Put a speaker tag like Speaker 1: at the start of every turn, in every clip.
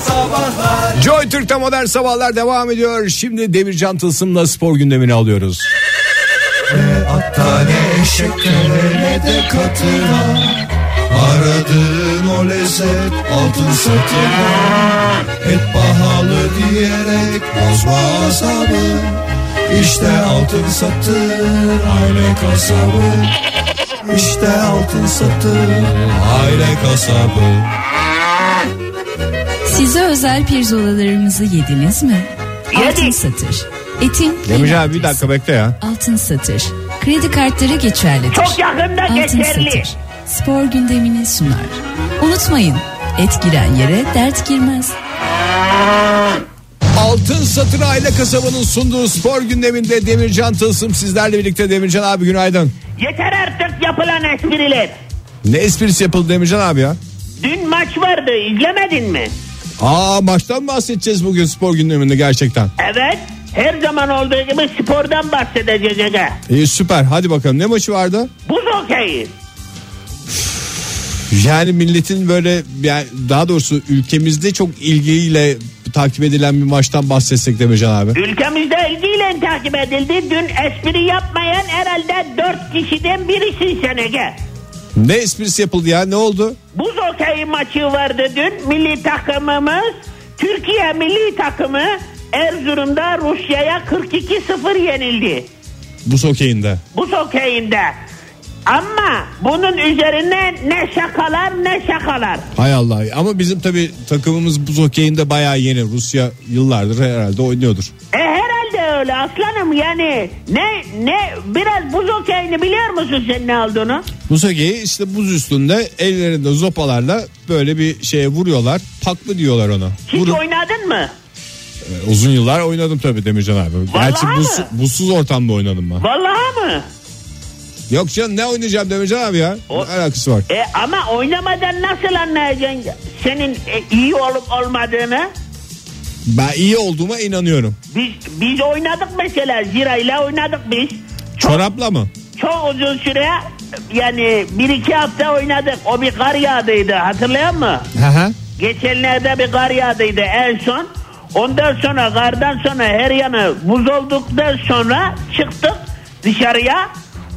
Speaker 1: Sabahlar
Speaker 2: Joy Türk'te modern sabahlar devam ediyor. Şimdi Demircan Tılsım'la spor gündemini alıyoruz.
Speaker 1: Hatta ne şekere ne de katına Aradığın o lezzet altın satına Et pahalı diyerek bozma azabı İşte altın satır aile kasabı İşte altın satır aile kasabı
Speaker 3: Size özel pirzolalarımızı yediniz mi? Altın satır. Etin
Speaker 2: Demircan
Speaker 3: en
Speaker 2: abi bir
Speaker 3: altınsı.
Speaker 2: dakika bekle ya.
Speaker 3: Altın satır. Kredi kartları geçerlidir.
Speaker 4: Çok yakında
Speaker 3: Altın
Speaker 4: geçerli.
Speaker 3: satır. Spor gündemini sunar. Unutmayın. Et giren yere dert girmez.
Speaker 2: Altın Satır Aile Kasabı'nın sunduğu spor gündeminde Demircan Tılsım sizlerle birlikte. Demircan abi günaydın.
Speaker 4: Yeter artık yapılan espriler.
Speaker 2: Ne esprisi yapıldı Demircan abi ya?
Speaker 4: Dün maç vardı izlemedin mi?
Speaker 2: Aa maçtan bahsedeceğiz bugün spor gündeminde gerçekten.
Speaker 4: Evet. Her zaman olduğu gibi spordan bahsedeceğiz Ege.
Speaker 2: İyi süper hadi bakalım ne maçı vardı?
Speaker 4: Buz hokeyi.
Speaker 2: Yani milletin böyle yani daha doğrusu ülkemizde çok ilgiyle takip edilen bir maçtan bahsetsek Demircan abi.
Speaker 4: Ülkemizde ilgiyle takip edildi. Dün espri yapmayan herhalde dört kişiden birisin sen Ege.
Speaker 2: Ne esprisi yapıldı ya ne oldu?
Speaker 4: Buz hokeyi maçı vardı dün. Milli takımımız, Türkiye milli takımı Erzurum'da Rusya'ya 42-0 yenildi.
Speaker 2: Bu sokeyinde.
Speaker 4: bu sokeyinde. Ama bunun üzerine ne şakalar ne şakalar.
Speaker 2: Hay Allah ama bizim tabi takımımız buz hokeyinde bayağı yeni Rusya yıllardır herhalde oynuyordur.
Speaker 4: E herhalde öyle aslanım yani ne ne biraz buz okeyini biliyor musun sen ne olduğunu?
Speaker 2: Buz hokeyi işte buz üstünde ellerinde zopalarla böyle bir şeye vuruyorlar paklı diyorlar ona.
Speaker 4: Hiç
Speaker 2: Vurup-
Speaker 4: oynadın mı?
Speaker 2: Ee, uzun yıllar oynadım tabi Demircan abi. Gerçi
Speaker 4: Vallahi
Speaker 2: buz,
Speaker 4: mi?
Speaker 2: buzsuz ortamda oynadım ben.
Speaker 4: Vallahi mı?
Speaker 2: Yok canım ne oynayacağım Demircan abi ya.
Speaker 4: O-
Speaker 2: Ne alakası var?
Speaker 4: E ama oynamadan nasıl anlayacaksın senin e, iyi olup olmadığını?
Speaker 2: Ben iyi olduğuma inanıyorum.
Speaker 4: Biz biz oynadık mesela zirayla oynadık biz.
Speaker 2: Çorapla mı?
Speaker 4: Çok uzun süre yani bir iki hafta oynadık. O bir kar yağdıydı hatırlıyor musun? Geçenlerde bir kar yağdıydı en son. Ondan sonra kardan sonra her yanı buz olduktan sonra çıktık dışarıya.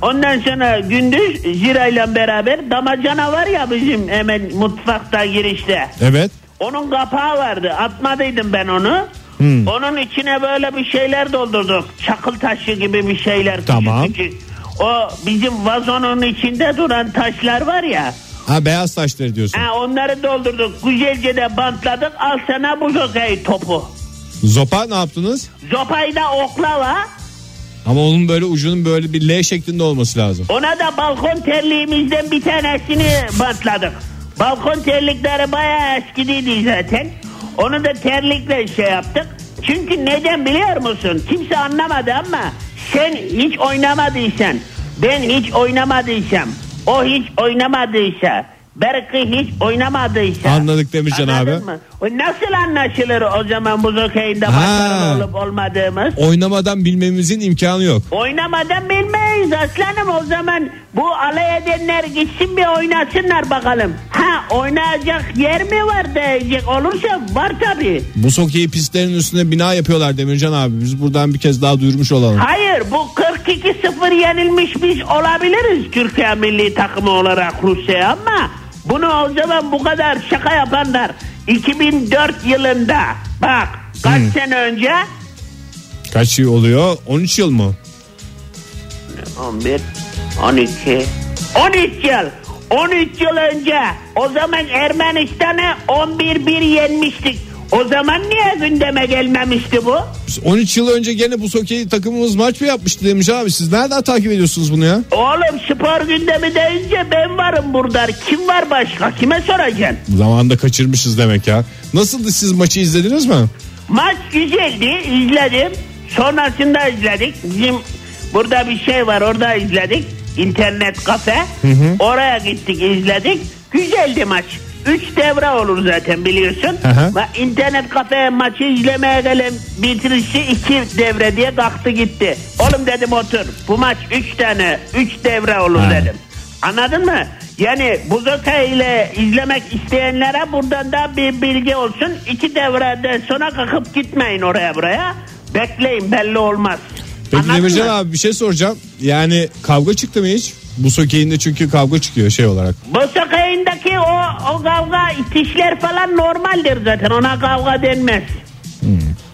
Speaker 4: Ondan sonra gündüz zirayla beraber damacana var ya bizim hemen mutfakta girişte.
Speaker 2: Evet.
Speaker 4: Onun kapağı vardı. Atmadıydım ben onu.
Speaker 1: Hmm.
Speaker 4: Onun içine böyle bir şeyler doldurduk. Çakıl taşı gibi bir şeyler. küçük
Speaker 2: Tamam.
Speaker 4: küçük. O bizim vazonun içinde duran taşlar var ya.
Speaker 2: Ha beyaz taşları diyorsun.
Speaker 4: Ha, onları doldurduk. Güzelce de bantladık. Al sana buz hokeyi topu.
Speaker 2: Zopa ne yaptınız?
Speaker 4: Zopayı da oklava.
Speaker 2: Ama onun böyle ucunun böyle bir L şeklinde olması lazım.
Speaker 4: Ona da balkon terliğimizden bir tanesini bantladık. Balkon terlikleri bayağı eskidiydi zaten. Onu da terlikle şey yaptık. Çünkü neden biliyor musun? Kimse anlamadı ama sen hiç oynamadıysan, ben hiç oynamadıysam, o hiç oynamadıysa, Berkı hiç oynamadıysa.
Speaker 2: Anladık Demircan
Speaker 4: Anladın
Speaker 2: abi.
Speaker 4: Mı? O Nasıl anlaşılır o zaman buz okeyinde
Speaker 2: Ha.
Speaker 4: başarılı olup olmadığımız?
Speaker 2: Oynamadan bilmemizin imkanı yok.
Speaker 4: Oynamadan bilmeyiz aslanım o zaman bu alay edenler gitsin bir oynasınlar bakalım. Ha oynayacak yer mi var diyecek olursa var tabi.
Speaker 2: Bu sokeyi pistlerin üstüne bina yapıyorlar Demircan abi. Biz buradan bir kez daha duyurmuş olalım.
Speaker 4: Hayır bu 42-0 yenilmiş biz olabiliriz Türkiye milli takımı olarak Rusya ama bunu o zaman bu kadar şaka yapanlar 2004 yılında bak kaç sene önce
Speaker 2: Kaç yıl oluyor? 13 yıl mı?
Speaker 4: 11, 12, 13 yıl. 13 yıl önce o zaman Ermenistan'ı 11-1 yenmiştik. O zaman niye gündeme gelmemişti bu?
Speaker 2: Biz 13 yıl önce gene bu sokeyi takımımız maç mı yapmıştı Demircan abi? Siz nereden takip ediyorsunuz bunu ya?
Speaker 4: Oğlum spor gündemi deyince ben varım burada. Kim var başka? Kime soracaksın?
Speaker 2: Zamanında kaçırmışız demek ya. Nasıldı siz maçı izlediniz mi?
Speaker 4: Maç güzeldi izledim. Sonrasında izledik. Bizim burada bir şey var orada izledik. İnternet kafe. Oraya gittik izledik. Güzeldi maç. Üç devre olur zaten biliyorsun.
Speaker 2: Hı hı.
Speaker 4: Ve İnternet kafe maçı izlemeye gelen bitirişi iki devre diye kalktı gitti. Oğlum dedim otur. Bu maç üç tane, üç devre olur
Speaker 2: Ha.
Speaker 4: dedim. Anladın mı? Yani buzota ile izlemek isteyenlere buradan da bir bilgi olsun. İki devreden sonra kakıp gitmeyin oraya buraya. Bekleyin belli olmaz.
Speaker 2: Peki
Speaker 4: Anladın
Speaker 2: Demircan
Speaker 4: mı?
Speaker 2: abi bir şey soracağım. Yani kavga çıktı mı hiç? Bu sokeyinde çünkü kavga çıkıyor şey olarak.
Speaker 4: Bu sokağındaki o, o kavga itişler falan normaldir zaten ona kavga denmez.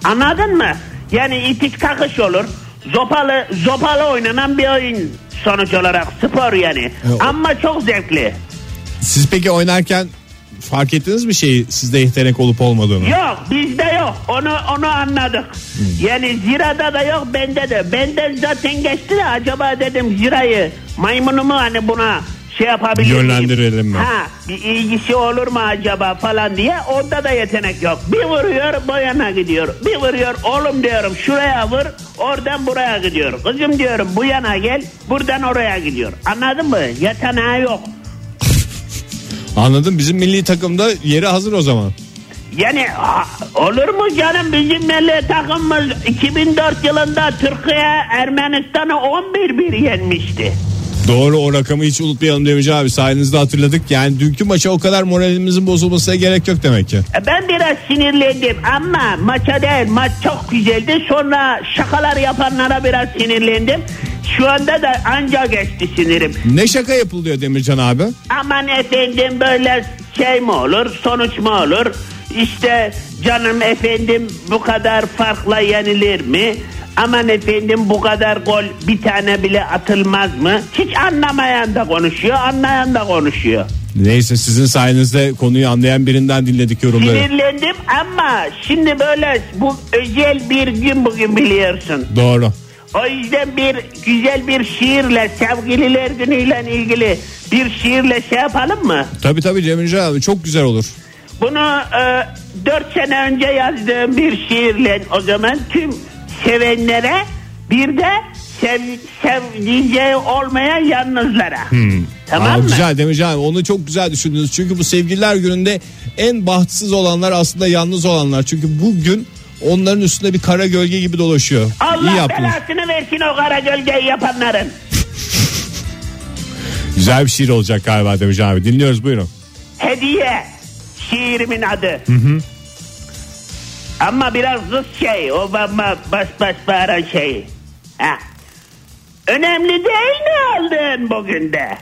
Speaker 4: Anladın mı? Yani itiş kakış olur. Zopalı zopalı oynanan bir oyun sonuç olarak spor yani.
Speaker 2: Evet.
Speaker 4: Ama çok zevkli.
Speaker 2: Siz peki oynarken fark ettiniz mi şeyi sizde yetenek olup olmadığını?
Speaker 4: Yok bizde yok onu onu anladık. Yani zirada da yok bende de. Bende zaten geçti de acaba dedim zirayı maymunumu hani buna şey yapabilir miyim?
Speaker 2: Yönlendirelim mi?
Speaker 4: Ha bir ilgisi olur mu acaba falan diye onda da yetenek yok. Bir vuruyor boyana gidiyor. Bir vuruyor oğlum diyorum şuraya vur oradan buraya gidiyor. Kızım diyorum bu yana gel buradan oraya gidiyor. Anladın mı? Yeteneği yok.
Speaker 2: Anladım bizim milli takımda yeri hazır o zaman.
Speaker 4: Yani a- olur mu canım bizim milli takımımız 2004 yılında Türkiye Ermenistan'ı 11-1 yenmişti.
Speaker 2: Doğru o rakamı hiç unutmayalım Demircan abi sayenizde hatırladık. Yani dünkü maça o kadar moralimizin bozulmasına gerek yok demek ki.
Speaker 4: E, Ben biraz sinirlendim ama maça değil maç çok güzeldi. Sonra şakalar yapanlara biraz sinirlendim. Şu anda da anca geçti sinirim.
Speaker 2: Ne şaka yapılıyor Demircan abi?
Speaker 4: Aman efendim böyle şey mi olur sonuç mu olur? İşte canım efendim bu kadar farkla yenilir mi? Aman efendim bu kadar gol bir tane bile atılmaz mı? Hiç anlamayan da konuşuyor, anlayan da konuşuyor.
Speaker 2: Neyse sizin sayenizde konuyu anlayan birinden dinledik yorumları.
Speaker 4: Sinirlendim ama şimdi böyle bu özel bir gün bugün biliyorsun.
Speaker 2: Doğru.
Speaker 4: O yüzden bir güzel bir şiirle sevgililer günüyle ilgili bir şiirle şey yapalım mı?
Speaker 2: Tabii tabii Demircan abi çok güzel olur.
Speaker 4: Bunu e, 4 sene önce yazdığım bir şiirle o zaman tüm sevenlere bir de sev, sevdiceği olmayan yalnızlara. Tamam
Speaker 2: Aa,
Speaker 4: mı?
Speaker 2: Güzel Demircan abi onu çok güzel düşündünüz. Çünkü bu sevgililer gününde en bahtsız olanlar aslında yalnız olanlar. Çünkü bugün onların üstünde bir kara gölge gibi dolaşıyor. İyi
Speaker 4: Allah
Speaker 2: yaptınız.
Speaker 4: belasını versin o kara gölgeyi yapanların.
Speaker 2: Güzel bir şiir olacak galiba Demircan abi. Dinliyoruz buyurun.
Speaker 4: Hediye şiirimin adı. Ama biraz hız şey o bamba bas bas bağıran şey. Ha. Önemli değil ne aldın bugün de.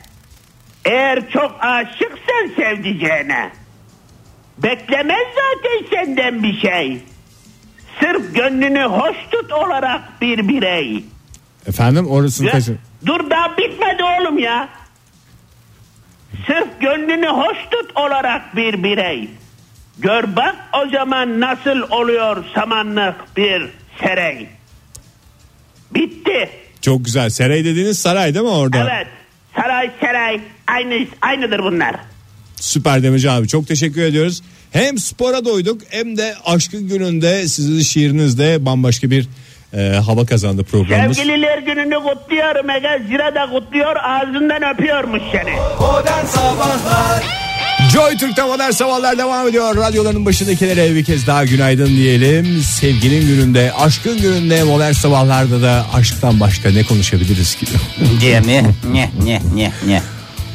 Speaker 4: Eğer çok aşıksan sevdiceğine. Beklemez zaten senden bir şey. Sırf gönlünü hoş tut olarak bir birey.
Speaker 2: Efendim orasını
Speaker 4: Ya,
Speaker 2: kaçın.
Speaker 4: Dur daha bitmedi oğlum ya. Sırf gönlünü hoş tut olarak bir birey. Gör bak o zaman nasıl oluyor samanlık bir serey. Bitti.
Speaker 2: Çok güzel. Saray dediğiniz saray değil mi orada?
Speaker 4: Evet. Saray saray aynı aynıdır bunlar.
Speaker 2: Süper Demirci abi. Çok teşekkür ediyoruz. Hem spora doyduk hem de aşkın gününde sizin şiirinizde bambaşka bir e, hava kazandı programımız.
Speaker 4: Sevgililer gününü kutluyorum Ege. Zira da kutluyor ağzından öpüyormuş seni.
Speaker 1: Modern Sabahlar
Speaker 2: Joy Türk'te modern sabahlar devam ediyor. Radyoların başındakilere bir kez daha günaydın diyelim. Sevginin gününde, aşkın gününde, modern sabahlarda da aşktan başka ne konuşabiliriz ki?
Speaker 5: Diye mi? Ne ne ne ne.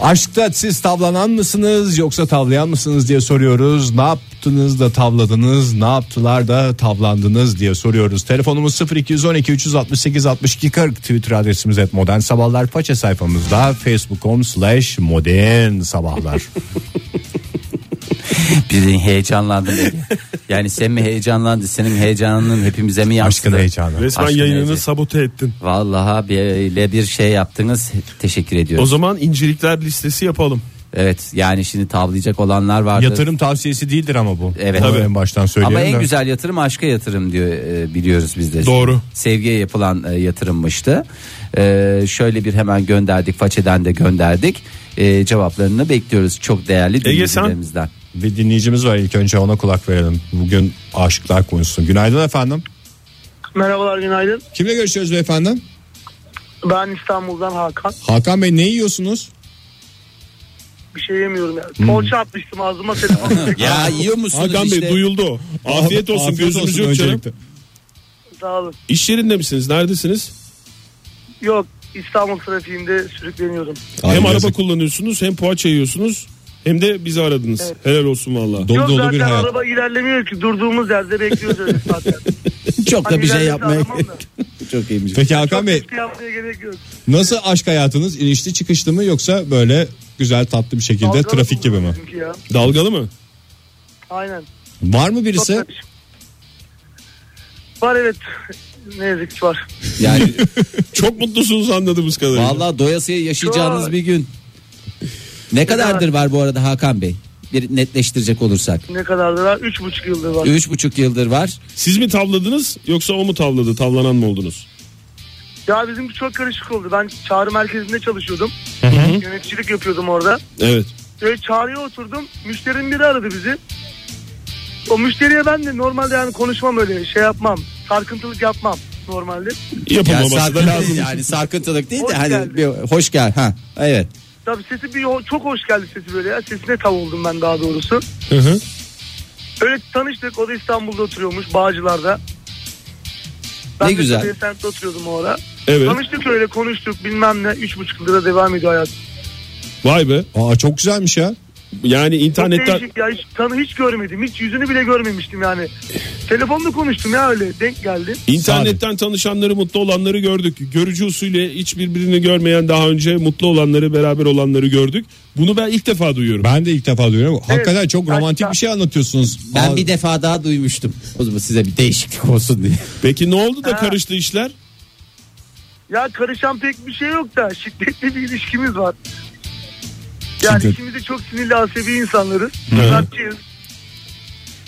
Speaker 2: Aşkta siz tavlanan mısınız yoksa tavlayan mısınız diye soruyoruz. Ne yaptınız da tavladınız, ne yaptılar da tavlandınız diye soruyoruz. Telefonumuz 0212 368 62 40 Twitter adresimiz et modern sabahlar. Faça sayfamızda facebook.com slash modern sabahlar.
Speaker 5: Bir heyecanlandım. Ege. Yani sen mi heyecanlandın? Senin heyecanın hepimize mi yansıdı?
Speaker 2: Aşkın heyecanı.
Speaker 6: Resmen
Speaker 5: Aşkın
Speaker 6: yayınını
Speaker 5: heyecanı.
Speaker 6: sabote ettin.
Speaker 5: Vallahi böyle bir şey yaptınız. Teşekkür
Speaker 6: O
Speaker 5: ediyorum.
Speaker 6: zaman incelikler listesi yapalım.
Speaker 5: Evet yani şimdi tavlayacak olanlar vardı.
Speaker 2: Yatırım tavsiyesi değildir ama bu.
Speaker 5: Evet.
Speaker 2: Onu
Speaker 5: Tabii.
Speaker 2: en baştan söyleyelim
Speaker 5: Ama en
Speaker 2: de.
Speaker 5: güzel yatırım aşka yatırım diyor e, biliyoruz biz de.
Speaker 6: Doğru.
Speaker 5: Sevgiye yapılan e, yatırımmıştı. E, şöyle bir hemen gönderdik. Façeden de gönderdik. E, cevaplarını bekliyoruz çok değerli
Speaker 6: Ege sen-
Speaker 5: dinleyicilerimizden.
Speaker 2: Bir dinleyicimiz var ilk önce ona kulak verelim. Bugün aşıklar konuşsun. Günaydın efendim.
Speaker 7: Merhabalar günaydın.
Speaker 2: Kimle görüşüyoruz beyefendi?
Speaker 7: Ben İstanbul'dan Hakan.
Speaker 2: Hakan Bey ne yiyorsunuz?
Speaker 7: Bir şey yemiyorum ya. Poğaça atmıştım ağzıma telefon.
Speaker 5: Ya yiyor musunuz
Speaker 6: Hakan
Speaker 5: işte?
Speaker 6: Bey duyuldu o. Afiyet olsun gözümüz yok canım.
Speaker 2: öncelikle.
Speaker 7: Sağ olun.
Speaker 6: İş yerinde misiniz? Neredesiniz?
Speaker 7: Yok İstanbul trafiğinde sürükleniyordum.
Speaker 2: Ay,
Speaker 6: hem
Speaker 2: yazık.
Speaker 6: araba kullanıyorsunuz hem poğaça yiyorsunuz hem de bizi aradınız. Helal olsun valla.
Speaker 2: Dolu
Speaker 7: Yok
Speaker 2: dolu bir
Speaker 7: zaten
Speaker 2: hayat.
Speaker 7: araba ilerlemiyor ki durduğumuz yerde bekliyoruz öyle zaten.
Speaker 5: Çok da
Speaker 7: Hani
Speaker 5: bir şey
Speaker 7: ileride
Speaker 5: yapmaya
Speaker 7: aramam da.
Speaker 5: Çok iyiymiş.
Speaker 2: Peki Hakan
Speaker 7: Çok
Speaker 2: Bey
Speaker 7: riskli yapmaya gerek yok.
Speaker 2: nasıl aşk hayatınız inişli çıkışlı mı yoksa böyle güzel tatlı bir şekilde
Speaker 7: Dalgalı
Speaker 2: trafik gibi mi?
Speaker 7: bizimki ya.
Speaker 6: Dalgalı mı?
Speaker 7: Aynen.
Speaker 2: Var mı
Speaker 7: Çok
Speaker 2: birisi?
Speaker 7: karışık. Var evet. Ne yazık ki var.
Speaker 5: Yani
Speaker 6: Çok mutlusunuz anladığımız kadarıyla.
Speaker 5: vallahi doyasıya yaşayacağınız
Speaker 7: Çok.
Speaker 5: bir gün. Ne kadardır var bu arada Hakan Bey? Bir netleştirecek olursak.
Speaker 7: Ne kadardır var? Üç buçuk yıldır var.
Speaker 5: Üç buçuk yıldır var.
Speaker 6: Siz mi tavladınız yoksa o mu tavladı? Tavlanan mı oldunuz?
Speaker 7: Ya bizimki çok karışık oldu. Ben çağrı merkezinde çalışıyordum. Yöneticilik yapıyordum orada.
Speaker 6: Evet.
Speaker 7: Böyle çağrıya oturdum. Müşterinin biri aradı bizi. O müşteriye ben de normalde yani konuşmam öyle şey yapmam. Sarkıntılık yapmam normalde.
Speaker 5: Yani,
Speaker 6: Yapılmaması da
Speaker 5: sarkıntı-
Speaker 6: lazım.
Speaker 5: yani sarkıntılık değil de
Speaker 7: Hoş
Speaker 5: hani
Speaker 7: geldin.
Speaker 5: bir hoş gel. Ha evet.
Speaker 7: Tabii sesi bir çok hoş geldi sesi böyle ya. Sesine tav oldum ben daha doğrusu.
Speaker 6: Hı hı.
Speaker 7: Öyle tanıştık. O da İstanbul'da oturuyormuş Bağcılar'da.
Speaker 5: Ne
Speaker 7: de
Speaker 5: güzel.
Speaker 7: Tabii Esent'te oturuyordum o ara.
Speaker 6: Evet.
Speaker 7: Tanıştık öyle konuştuk bilmem ne. Üç buçuk yılda devam ediyor hayat.
Speaker 6: Vay be.
Speaker 2: Aa çok güzelmiş ya.
Speaker 6: Yani
Speaker 7: Çok
Speaker 6: internetten
Speaker 7: değişik ya hiç, tanı, hiç görmedim. Hiç yüzünü bile görmemiştim yani. Telefonla konuştum ya öyle denk geldi.
Speaker 6: internetten tanışanları mutlu olanları gördük. Görücü usulü hiç birbirini görmeyen daha önce mutlu olanları beraber olanları gördük. Bunu ben ilk defa duyuyorum.
Speaker 2: Ben de ilk defa duyuyorum. Hakikaten çok
Speaker 7: Hatta-
Speaker 2: romantik bir şey anlatıyorsunuz.
Speaker 5: Ben
Speaker 2: Aa,
Speaker 5: bir defa daha duymuştum. O zaman size bir değişiklik olsun diye.
Speaker 6: Peki ne oldu da
Speaker 7: Ha.
Speaker 6: karıştı işler?
Speaker 7: Ya karışan pek bir şey yok da şiddetli bir ilişkimiz var. Yani
Speaker 2: Şiddet.
Speaker 7: ikimiz de çok sinirli asabi insanlarız. Sanatçıyız.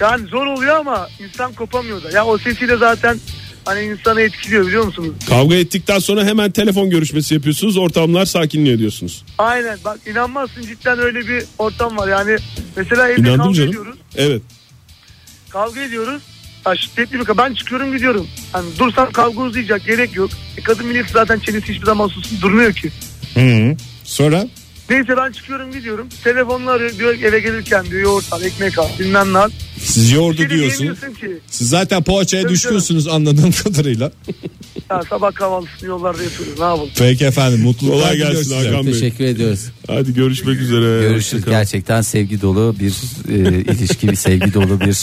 Speaker 7: Yani zor oluyor ama insan kopamıyor da. Ya o sesiyle zaten hani insanı etkiliyor biliyor musunuz?
Speaker 6: Kavga ettikten sonra hemen telefon görüşmesi yapıyorsunuz. Ortamlar sakinliyor diyorsunuz.
Speaker 7: Aynen bak inanmazsın cidden öyle bir ortam var. Yani mesela evde
Speaker 6: İnandım
Speaker 7: kavga
Speaker 6: canım.
Speaker 7: ediyoruz.
Speaker 6: Evet.
Speaker 7: Kavga ediyoruz. Ha, şiddetli bir ka- Ben çıkıyorum gidiyorum. Hani dursam kavga uzayacak gerek yok. E, kadın millet zaten çenesi hiçbir zaman susuz durmuyor ki.
Speaker 2: Sonra
Speaker 7: Neyse ben çıkıyorum gidiyorum. Telefonla arıyor diyor ki eve gelirken diyor yoğurt al ekmek al bilmem ne al.
Speaker 2: siz
Speaker 7: Bir şey
Speaker 2: yoğurdu
Speaker 7: de
Speaker 2: diyorsunuz.
Speaker 7: diyemiyorsun ki.
Speaker 2: Siz zaten poğaçaya
Speaker 7: Tabii
Speaker 2: düşkünsünüz anladığım kadarıyla.
Speaker 7: Ya, sabah kahvaltısını yollarda yapıyoruz ne yapalım.
Speaker 2: Peki efendim mutluluklar
Speaker 6: Kolay
Speaker 2: diliyorum
Speaker 6: gelsin
Speaker 2: size.
Speaker 6: Hakan Bey.
Speaker 5: Teşekkür ediyoruz.
Speaker 6: Hadi görüşmek üzere.
Speaker 5: Görüşürüz. Gerçekten sevgi dolu bir e, ilişki, bir sevgi dolu bir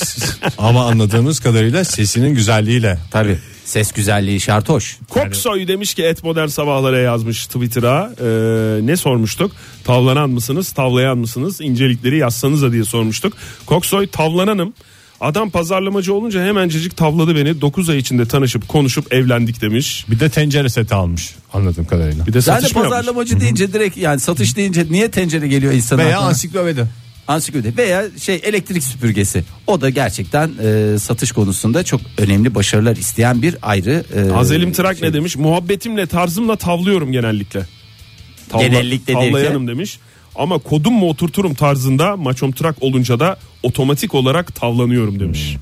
Speaker 2: Ama anladığımız kadarıyla sesinin güzelliğiyle.
Speaker 5: tabi ses güzelliği şart hoş.
Speaker 6: Koksoy demiş ki et modern sabahlara yazmış Twitter'a. Ee, ne sormuştuk? Tavlanan mısınız, tavlayan mısınız? İncelikleri yazsanıza diye sormuştuk. Koksoy tavlananım. Adam pazarlamacı olunca hemencecik tavladı beni. 9 ay içinde tanışıp konuşup evlendik demiş.
Speaker 2: Bir de tencere seti almış anladığım kadarıyla.
Speaker 6: Bir de
Speaker 5: Zaten
Speaker 6: satış mı yapmış?
Speaker 5: pazarlamacı deyince direkt yani satış deyince niye tencere geliyor insanın
Speaker 2: Veya
Speaker 5: aklına?
Speaker 2: ansiklopedi.
Speaker 5: Ansiklopedi veya şey elektrik süpürgesi. O da gerçekten e, satış konusunda çok önemli başarılar isteyen bir ayrı. e,
Speaker 6: Azelim Ee, Trak
Speaker 5: şey.
Speaker 6: ne demiş? Muhabbetimle tarzımla tavlıyorum genellikle. Tavla,
Speaker 5: Genellikle değil ki.
Speaker 6: Tavlayanım demiş. Ama kodum mu oturturum tarzında maçom Trak olunca da otomatik olarak tavlanıyorum demiş.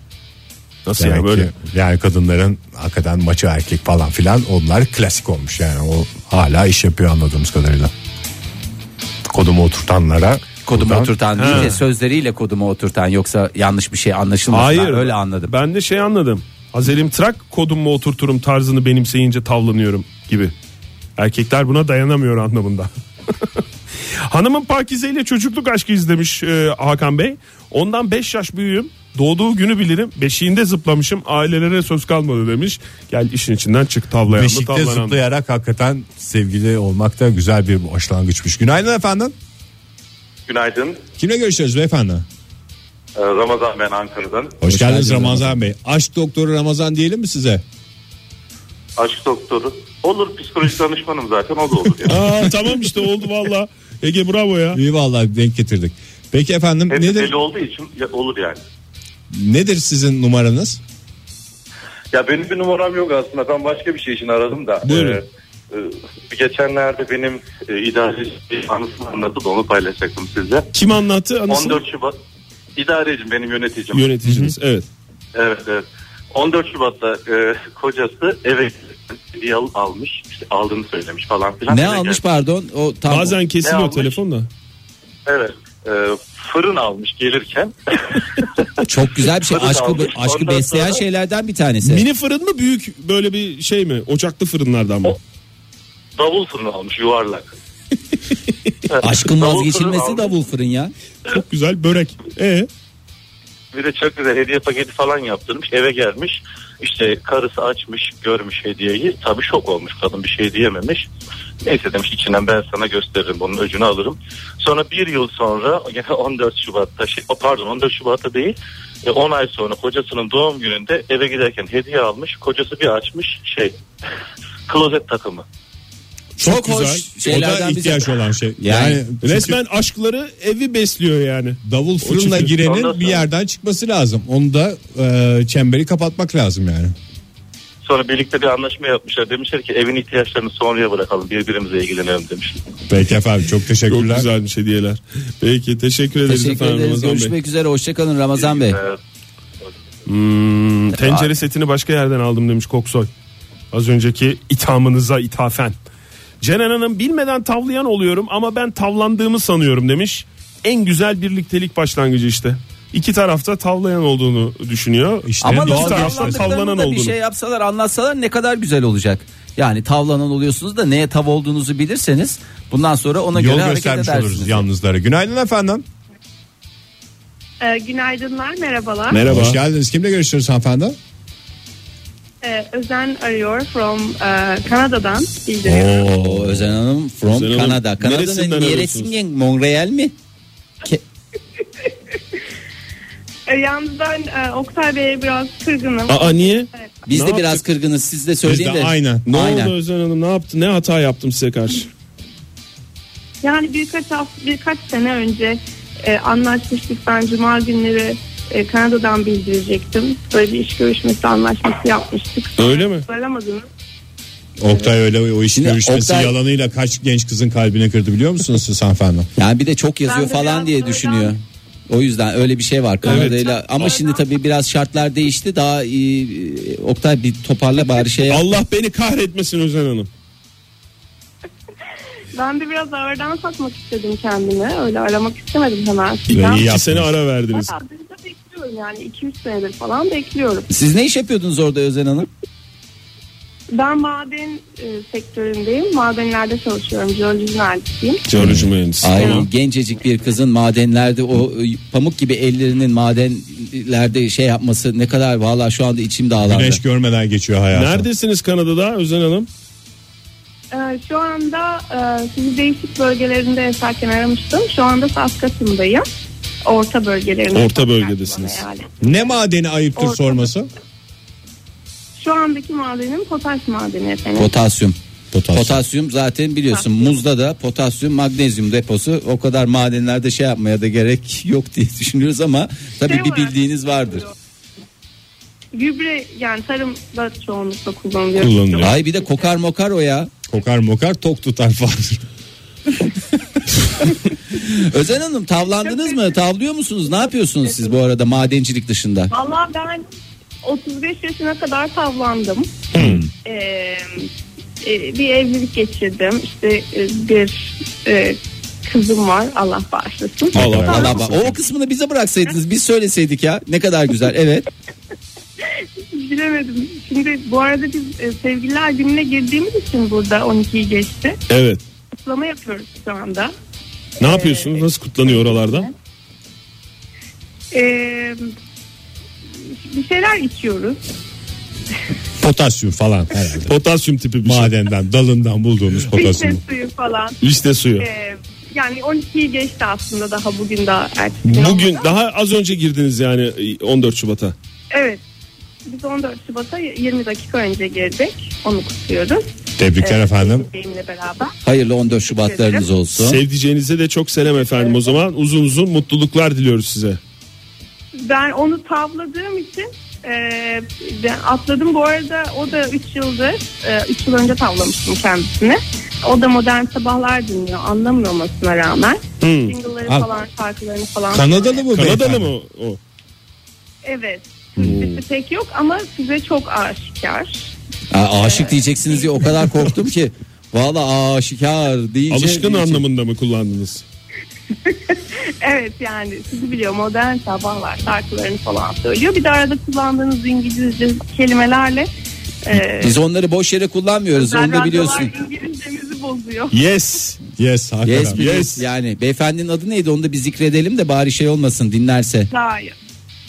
Speaker 6: Nasıl
Speaker 2: Yani
Speaker 6: yani böyle?
Speaker 2: yani kadınların hakikaten maçı erkek falan filan onlar klasik olmuş yani o hala iş yapıyor anladığımız kadarıyla. Kodumu oturtanlara
Speaker 5: Kodumu
Speaker 2: buradan-
Speaker 5: oturtan değil de sözleriyle kodumu oturtan yoksa yanlış bir şey anlaşılmasın.
Speaker 6: Hayır.
Speaker 5: Ben öyle anladım.
Speaker 6: Ben de şey anladım. Azelim Trak kodum mu oturturum tarzını benimseyince tavlanıyorum gibi. Erkekler buna dayanamıyor anlamında. Hanımın Pakize ile çocukluk aşkı izlemiş e, Hakan Bey. Ondan 5 yaş büyüğüm. Doğduğu günü bilirim. Beşiğinde zıplamışım. Ailelere söz kalmadı demiş. Gel işin içinden çık tavlayan mı
Speaker 2: Beşikte
Speaker 6: tavlanan mı?
Speaker 2: zıplayarak hakikaten sevgili olmak da güzel bir başlangıçmış. Günaydın efendim.
Speaker 8: Günaydın.
Speaker 2: Kimle görüşüyoruz beyefendi?
Speaker 8: Ee, Ramazan ben Ankara'dan.
Speaker 2: Hoş, geldiniz
Speaker 5: geldiniz
Speaker 2: Ramazan Bey. Aşk doktoru Ramazan diyelim mi size?
Speaker 8: Aşk doktoru. Olur psikoloji danışmanım zaten o da olur. Yani.
Speaker 6: Aa, tamam işte oldu valla. Ege bravo ya.
Speaker 2: İyi vallahi denk getirdik. Peki efendim
Speaker 8: Hem de
Speaker 2: nedir
Speaker 8: deli olduğu için ya- olur yani.
Speaker 2: nedir sizin numaranız?
Speaker 8: Ya benim bir numaram yok aslında. Ben başka bir şey için aradım da.
Speaker 6: Buyurun.
Speaker 8: Ee, e, geçenlerde benim e, idareci bir anısını anlattı da onu paylaşacaktım sizle.
Speaker 6: Kim anlattı? Anasını?
Speaker 8: 14 Şubat idarecim benim yöneticim.
Speaker 6: Yöneticiniz. Evet.
Speaker 8: Evet evet. 14 Şubat'ta e, kocası eve hediye al- almış. İşte aldığını söylemiş falan filan.
Speaker 5: Ne
Speaker 8: Eve
Speaker 5: almış
Speaker 8: geldi.
Speaker 5: pardon? O tam
Speaker 6: Bazen
Speaker 8: Ne
Speaker 6: kesiliyor
Speaker 8: almış?
Speaker 6: telefonda.
Speaker 8: Evet. E, fırın almış gelirken.
Speaker 5: çok güzel bir şey.
Speaker 8: Tadı
Speaker 5: Aşkı
Speaker 8: kalmış.
Speaker 5: aşkı
Speaker 8: Ondan
Speaker 5: besleyen
Speaker 8: sonra-
Speaker 5: şeylerden bir tanesi.
Speaker 6: Mini fırın mı büyük böyle bir şey mi? Ocaklı fırınlardan mı?
Speaker 8: davul fırını almış yuvarlak.
Speaker 5: Aşkın
Speaker 8: Davul
Speaker 5: vazgeçilmesi
Speaker 8: fırını
Speaker 5: davul fırın ya.
Speaker 6: Çok güzel börek. E
Speaker 8: Bir de çok güzel hediye paketi falan yaptırmış eve gelmiş. İşte karısı açmış görmüş hediyeyi. Tabii şok olmuş kadın bir şey diyememiş. Neyse demiş içinden ben sana gösteririm bunun öcünü alırım. Sonra bir yıl sonra yani 14 Şubat'ta şey, o pardon 14 Şubat'ta değil e, 10 ay sonra kocasının doğum gününde eve giderken hediye almış. Kocası bir açmış şey klozet takımı.
Speaker 2: Çok,
Speaker 5: Çok
Speaker 2: güzel.
Speaker 5: hoş
Speaker 2: o da
Speaker 5: şeylerden bize-
Speaker 2: ihtiyaç olan şey. Yani,
Speaker 5: Yani
Speaker 2: çünkü
Speaker 6: resmen aşkları evi besliyor yani.
Speaker 2: davul fırınla
Speaker 6: çünkü-
Speaker 2: girenin
Speaker 8: Ondan
Speaker 2: bir
Speaker 8: sonra-
Speaker 2: yerden çıkması lazım. Onu da e, çemberi kapatmak lazım yani.
Speaker 8: Sonra birlikte bir anlaşma yapmışlar. Demişler ki evin ihtiyaçlarını sonraya bırakalım birbirimize ilgilenelim demişler.
Speaker 2: Peki efendim çok
Speaker 6: Çok
Speaker 2: teşekkürler.
Speaker 6: güzelmiş hediyeler. Peki teşekkür ederiz
Speaker 5: Teşekkür
Speaker 6: efendim
Speaker 5: ederiz.
Speaker 6: Ramazan Bey.
Speaker 5: Görüşmek üzere. Hoşçakalın Ramazan Bey.
Speaker 8: Ee,
Speaker 6: Hmm, tencere setini başka yerden aldım demiş Koksoy. Az önceki ithamınıza ithafen. Ceren Hanım bilmeden tavlayan oluyorum ama ben tavlandığımı sanıyorum demiş. En güzel birliktelik başlangıcı işte. İki tarafta tavlayan olduğunu düşünüyor. İşte
Speaker 5: Ama
Speaker 6: iki
Speaker 5: doğal
Speaker 6: tarafta tavlanan
Speaker 5: tavlandıklarını da bir
Speaker 6: olduğunu.
Speaker 5: şey yapsalar anlatsalar ne kadar güzel olacak. Yani tavlanan oluyorsunuz da neye tav olduğunuzu bilirseniz bundan sonra ona
Speaker 2: Yol
Speaker 5: göre hareket
Speaker 2: göstermiş oluruz
Speaker 5: edersiniz.
Speaker 2: yalnızlara. Günaydın efendim.
Speaker 9: Ee, günaydınlar, merhabalar.
Speaker 6: Merhaba.
Speaker 2: Hoş geldiniz. Kimle görüşüyoruz hanımefendi?
Speaker 9: Ee, Özen arıyor from e, Kanada'dan bildiriyor.
Speaker 5: Oo, Özen Hanım from
Speaker 6: Özen Hanım,
Speaker 5: Kanada.
Speaker 6: neresinden
Speaker 5: Kanada'nın
Speaker 6: arıyorsunuz?
Speaker 5: neresinden? Montreal mi?
Speaker 9: Ee, yalnız ben e, Oktay Bey'e biraz kırgınım.
Speaker 6: Aa niye?
Speaker 5: Biz
Speaker 6: Ne
Speaker 5: de biraz kırgınız. Siz de söyleyin
Speaker 2: Biz de aynen.
Speaker 6: Ne oldu Özen Hanım? Ne yaptı? Ne hata yaptım size karşı?
Speaker 9: Yani birkaç hafta, birkaç sene önce e, anlaşmıştık. Ben cuma günleri e, Kanada'dan bildirecektim. Böyle bir iş görüşmesi anlaşması yapmıştık.
Speaker 6: Öyle mi?
Speaker 9: Varamadınız.
Speaker 2: Oktay öyle o iş
Speaker 5: Şimdi
Speaker 2: görüşmesi
Speaker 5: Oktay-
Speaker 2: yalanıyla kaç genç kızın kalbini kırdı biliyor musunuz siz hanımefendi?
Speaker 5: Yani bir de çok yazıyor
Speaker 9: Ben de
Speaker 5: falan
Speaker 9: biraz
Speaker 5: diye
Speaker 9: özen-
Speaker 5: düşünüyor. O yüzden öyle bir şey var Kanada'yla. Ama şimdi tabii biraz şartlar değişti. Daha iyi e, Oktay bir toparla bari şey yap.
Speaker 6: Allah beni kahretmesin Özen Hanım.
Speaker 9: Ben de biraz ağırdan satmak istedim kendimi. Öyle aramak istemedim hemen.
Speaker 2: Ya,
Speaker 9: Sizden.
Speaker 2: iyi
Speaker 6: İki
Speaker 2: yaptınız.
Speaker 6: sene ara verdiniz.
Speaker 9: Bayağı bir de bekliyorum yani 2-3 senedir falan bekliyorum.
Speaker 5: Siz ne iş yapıyordunuz orada Özen Hanım?
Speaker 9: Ben maden e, sektöründeyim. Madenlerde çalışıyorum. Jeoloji mühendisiyim.
Speaker 6: Jeoloji mühendisi.
Speaker 5: Ay
Speaker 6: Tamam.
Speaker 5: gencecik bir kızın madenlerde o e, pamuk gibi ellerinin madenlerde şey yapması ne kadar valla şu anda içim dağlandı.
Speaker 2: Güneş görmeden geçiyor hayatı.
Speaker 6: Neredesiniz Kanada'da Özen Hanım?
Speaker 9: E, şu anda e, sizi değişik bölgelerinde yaşarken aramıştım. Şu anda Saskatchewan'dayım. Orta bölgelerinde.
Speaker 6: Orta bölgedesiniz.
Speaker 9: Yani.
Speaker 2: Ne madeni ayıptır
Speaker 9: Orada.
Speaker 2: sorması?
Speaker 9: Şu andaki madenim potaş madeni efendim.
Speaker 5: Potasyum.
Speaker 2: Potasyum.
Speaker 5: Potasyum zaten biliyorsun
Speaker 9: Potasyum.
Speaker 5: muzda da potasyum magnezyum deposu o kadar madenlerde şey yapmaya da gerek yok diye düşünüyoruz ama tabii
Speaker 9: Şey
Speaker 5: bir
Speaker 9: olarak
Speaker 5: bildiğiniz vardır.
Speaker 9: Gübre yani tarımda çoğunlukla kullanılıyor.
Speaker 6: Kullanılıyor.
Speaker 5: Ay bir de kokar mokar o ya.
Speaker 2: Kokar mokar tok tutar falan.
Speaker 5: Özen Hanım tavlandınız mı? Tavlıyor musunuz? Ne yapıyorsunuz siz bu arada madencilik dışında?
Speaker 9: Valla ben 35 yaşına kadar tavlandım. Ee, e, bir evlilik geçirdim. İşte e, bir e, kızım var. Allah bağışlasın.
Speaker 2: Allah
Speaker 9: Sonra-
Speaker 5: Allah bak o kısmını bize bıraksaydınız biz söyleseydik ya. Ne kadar güzel. Evet.
Speaker 9: Bilemedim. Şimdi bu arada biz e, sevgililer gününe girdiğimiz için burada 12'yi geçti.
Speaker 6: Evet.
Speaker 9: Kutlama yapıyoruz şu anda.
Speaker 6: Ne yapıyorsunuz? Nasıl kutlanıyor oralarda?
Speaker 9: Ee, bir şeyler içiyoruz.
Speaker 2: Potasyum falan herhalde.
Speaker 6: Potasyum tipi bir şey.
Speaker 2: Madenden dalından bulduğumuz
Speaker 9: Fitness
Speaker 2: potasyum.
Speaker 9: suyu falan.
Speaker 6: Vişne suyu.
Speaker 9: Ee, yani 12'yi geçti aslında daha bugün daha ertesi gün
Speaker 6: Bugün
Speaker 9: olmadan.
Speaker 6: daha az önce girdiniz yani 14 Şubat'a.
Speaker 9: Evet. Biz 14 Şubat'a 20 dakika önce girdik. Onu kutluyoruz.
Speaker 2: Tebrikler efendim.
Speaker 9: Benimle beraber.
Speaker 5: Hayırlı 14 Şubatlarınız olsun.
Speaker 6: Sevdiceğinize de çok selam efendim. O zaman uzun uzun mutluluklar diliyoruz size.
Speaker 9: Ben onu tavladığım için e, ben atladım. Bu arada o da 3 yıldır, 3 yıl önce tavlamıştım kendisini. O da modern sabahlar dinliyor. Anlamıyormasına rağmen. Single'ları
Speaker 2: Hmm. Al.
Speaker 9: falan, şarkılarını falan.
Speaker 2: Kanadalı mı? Hmm.
Speaker 6: Kanadalı
Speaker 2: beyefendi?
Speaker 6: mı o?
Speaker 9: Evet. Türkçesi pek yok ama size çok aşikar.
Speaker 5: Aa, aşık diyeceksiniz diye o kadar korktum ki. Valla aşikar diyeceğim.
Speaker 6: Alışkın anlamında mı kullandınız?
Speaker 9: Evet yani sizi biliyor modern sabahlar şarkılarını falan söylüyor. Bir de arada kullandığınız İngilizce kelimelerle e,
Speaker 5: Biz onları boş yere kullanmıyoruz onu da
Speaker 9: radyolar
Speaker 5: biliyorsun.
Speaker 9: İngilizcemizi
Speaker 10: moralimizi bozuyor.
Speaker 2: Yes. Yes. hakikaten.
Speaker 5: Yes, yes. Yani beyefendinin adı neydi onu da bir zikredelim de bari şey olmasın dinlerse.
Speaker 10: Hayır.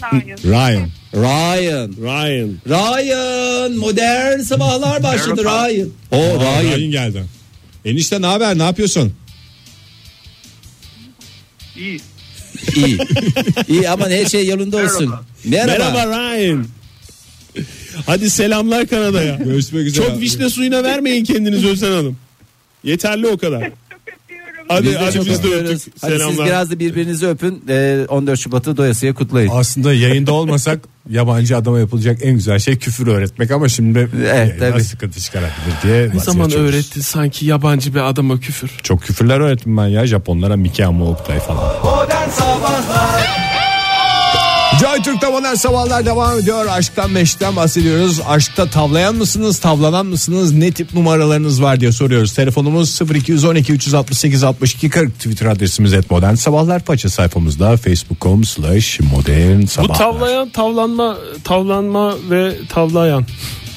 Speaker 10: Hayır.
Speaker 2: Ryan.
Speaker 5: Ryan.
Speaker 6: Ryan.
Speaker 5: Ryan modern sabahlar başladı Ryan. O
Speaker 2: Aa,
Speaker 5: Ryan.
Speaker 2: Ryan geldi. Enişte ne haber? Ne yapıyorsun?
Speaker 11: İyi.
Speaker 5: İyi. İyi ama her şey yolunda olsun. Merhaba.
Speaker 6: Merhaba Ryan. Hadi selamlar Kanada'ya.
Speaker 2: Görüşmek üzere.
Speaker 6: Çok vişne suyuna vermeyin kendinizi Özden Hanım. Yeterli o kadar. Hadi
Speaker 5: Biz de
Speaker 6: hadi
Speaker 5: çok
Speaker 6: biz de
Speaker 5: öpüyoruz.
Speaker 6: öptük.
Speaker 5: Hadi siz
Speaker 6: Selamlar.
Speaker 5: biraz da birbirinizi öpün. Ee, 14 Şubat'ı doyasıya kutlayın.
Speaker 2: Aslında yayında olmasak yabancı adama yapılacak en güzel şey küfür öğretmek ama şimdi evet,
Speaker 5: tabii.
Speaker 2: sıkıntı çıkarabilir diye.
Speaker 6: Ne zaman
Speaker 2: vazgeçiyoruz.
Speaker 6: öğretti sanki yabancı bir adama küfür.
Speaker 2: Çok küfürler öğrettim ben ya Japonlara Mikamo Oktay falan.
Speaker 12: Modern Sabahlar
Speaker 2: Joy Türk'te modern sabahlar devam ediyor. Aşktan meşkten bahsediyoruz. Aşkta tavlayan mısınız, tavlanan mısınız? Ne tip numaralarınız var diye soruyoruz. Telefonumuz 0212 368 62 40 Twitter adresimiz et modern sabahlar. Paça sayfamızda facebook.com slash modern
Speaker 6: Bu
Speaker 2: sabahlar.
Speaker 6: tavlayan, tavlanma, tavlanma ve tavlayan.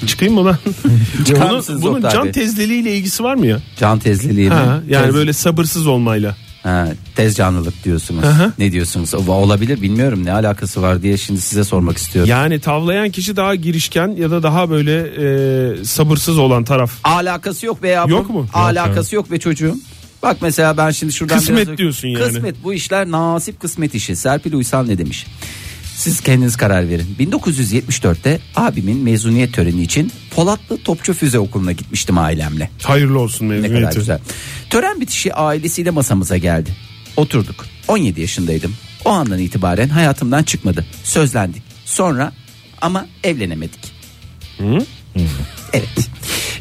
Speaker 6: Çıkayım mı lan?
Speaker 5: Çıkar
Speaker 6: Bunu-
Speaker 5: mısınız
Speaker 6: bunun
Speaker 5: Oktay
Speaker 6: can
Speaker 5: Bey?
Speaker 6: tezliliğiyle ilgisi var mı ya?
Speaker 5: Can tezliliği mi?
Speaker 6: Ha, yani
Speaker 5: Tez-
Speaker 6: böyle sabırsız olmayla.
Speaker 5: Ha, tez canlılık diyorsunuz.
Speaker 6: hı.
Speaker 5: Ne diyorsunuz? O- Olabilir bilmiyorum ne alakası var diye şimdi size sormak istiyorum.
Speaker 6: Yani tavlayan kişi daha girişken ya da daha böyle e, sabırsız olan taraf.
Speaker 5: Alakası yok be ya.
Speaker 6: Yok mu?
Speaker 5: Alakası yok, be çocuğum. Bak mesela ben şimdi şuradan
Speaker 6: Kısmet diyorsun yani.
Speaker 5: Kısmet bu işler nasip kısmet işi. Serpil Uysal ne demiş? Siz kendiniz karar verin. 1974'te abimin mezuniyet töreni için Polatlı Topçu Füze Okulu'na gitmiştim ailemle.
Speaker 6: Hayırlı olsun
Speaker 5: Ne
Speaker 6: mezuniyeti.
Speaker 5: kadar güzel. Tören bitişi ailesiyle masamıza geldi. Oturduk. 17 yaşındaydım. O andan itibaren hayatımdan çıkmadı. Sözlendik. Sonra ama evlenemedik. Evet.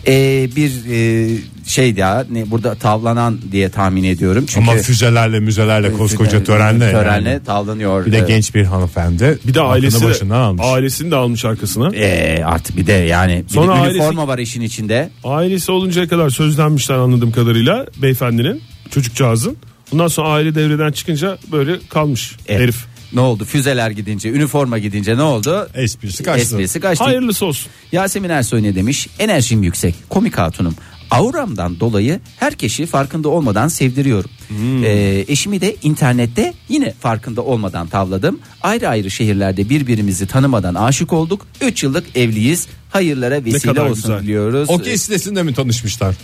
Speaker 5: Ee, bir e, şey ya ne burada tavlanan diye tahmin ediyorum. Çünkü
Speaker 2: Ama füzelerle müzelerle koskoca
Speaker 5: Çünkü
Speaker 2: törenle.
Speaker 5: törenle
Speaker 2: yani.
Speaker 5: tavlanıyor.
Speaker 2: Bir de
Speaker 5: Evet.
Speaker 2: genç bir hanımefendi.
Speaker 6: Bir de
Speaker 2: aklını
Speaker 6: ailesi de,
Speaker 2: başından almış.
Speaker 6: ailesini de almış arkasına.
Speaker 5: Ee, artık bir de yani bir
Speaker 6: Sonra
Speaker 5: de
Speaker 6: ailesi-
Speaker 5: üniforma var işin içinde.
Speaker 6: Ailesi oluncaya kadar sözlenmişler anladığım kadarıyla beyefendinin, çocukcağızın. Bundan sonra aile devreden çıkınca böyle kalmış
Speaker 5: Evet.
Speaker 6: herif.
Speaker 5: Ne oldu? Füzeler gidince, üniforma gidince ne oldu?
Speaker 2: Esprisi kaçtı.
Speaker 5: Esprisi kaçtı.
Speaker 6: Hayırlısı olsun.
Speaker 5: Yasemin Ersoy ne demiş? Enerjim yüksek, komik hatunum. Auramdan dolayı herkesi farkında olmadan sevdiriyorum.
Speaker 2: Hmm.
Speaker 5: Ee, eşimi de internette yine farkında olmadan tavladım. Ayrı ayrı şehirlerde birbirimizi tanımadan aşık olduk. 3 yıllık evliyiz. Hayırlara vesile
Speaker 6: kadar
Speaker 5: olsun
Speaker 6: güzel.
Speaker 5: diliyoruz.
Speaker 2: Okey sitesinde mi tanışmışlar?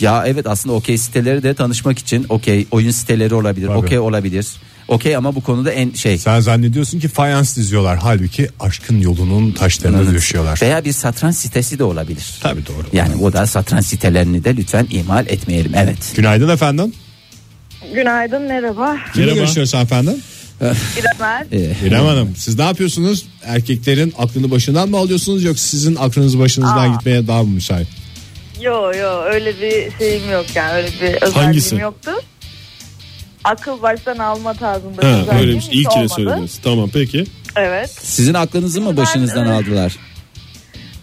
Speaker 5: Ya evet aslında okey siteleri de tanışmak için okey oyun siteleri olabilir.
Speaker 2: Tabii.
Speaker 5: Okey olabilir. Okey ama bu konuda en şey
Speaker 2: Sen zannediyorsun ki fayans diziyorlar. Halbuki aşkın yolunun taşlarına düşüyorlar.
Speaker 5: veya bir satranç sitesi de olabilir.
Speaker 2: Tabii doğru.
Speaker 5: Yani o da satranç sitelerini de lütfen ihmal etmeyelim. Evet.
Speaker 2: Günaydın efendim.
Speaker 10: Günaydın merhaba.
Speaker 2: Kimle
Speaker 6: Merhaba.
Speaker 2: görüşüyoruz efendim?
Speaker 10: İrem ben.
Speaker 5: Ee,
Speaker 2: İrem Hanım siz ne yapıyorsunuz? Erkeklerin aklını başından mı alıyorsunuz yoksa sizin aklınız başınızdan gitmeye daha mı müsait?
Speaker 10: Yo yo öyle bir şeyim yok yani öyle bir özelliğim
Speaker 6: Hangisi?
Speaker 10: yoktu. Akıl baştan alma tarzında bir
Speaker 6: Ha,
Speaker 10: özelliğim
Speaker 6: öyleymiş.
Speaker 10: hiç
Speaker 6: İyi ki de
Speaker 10: olmadı.
Speaker 6: söylediniz. Tamam peki.
Speaker 10: Evet.
Speaker 5: Sizin aklınızı mı
Speaker 10: Ben,
Speaker 5: başınızdan
Speaker 10: e,
Speaker 5: aldılar?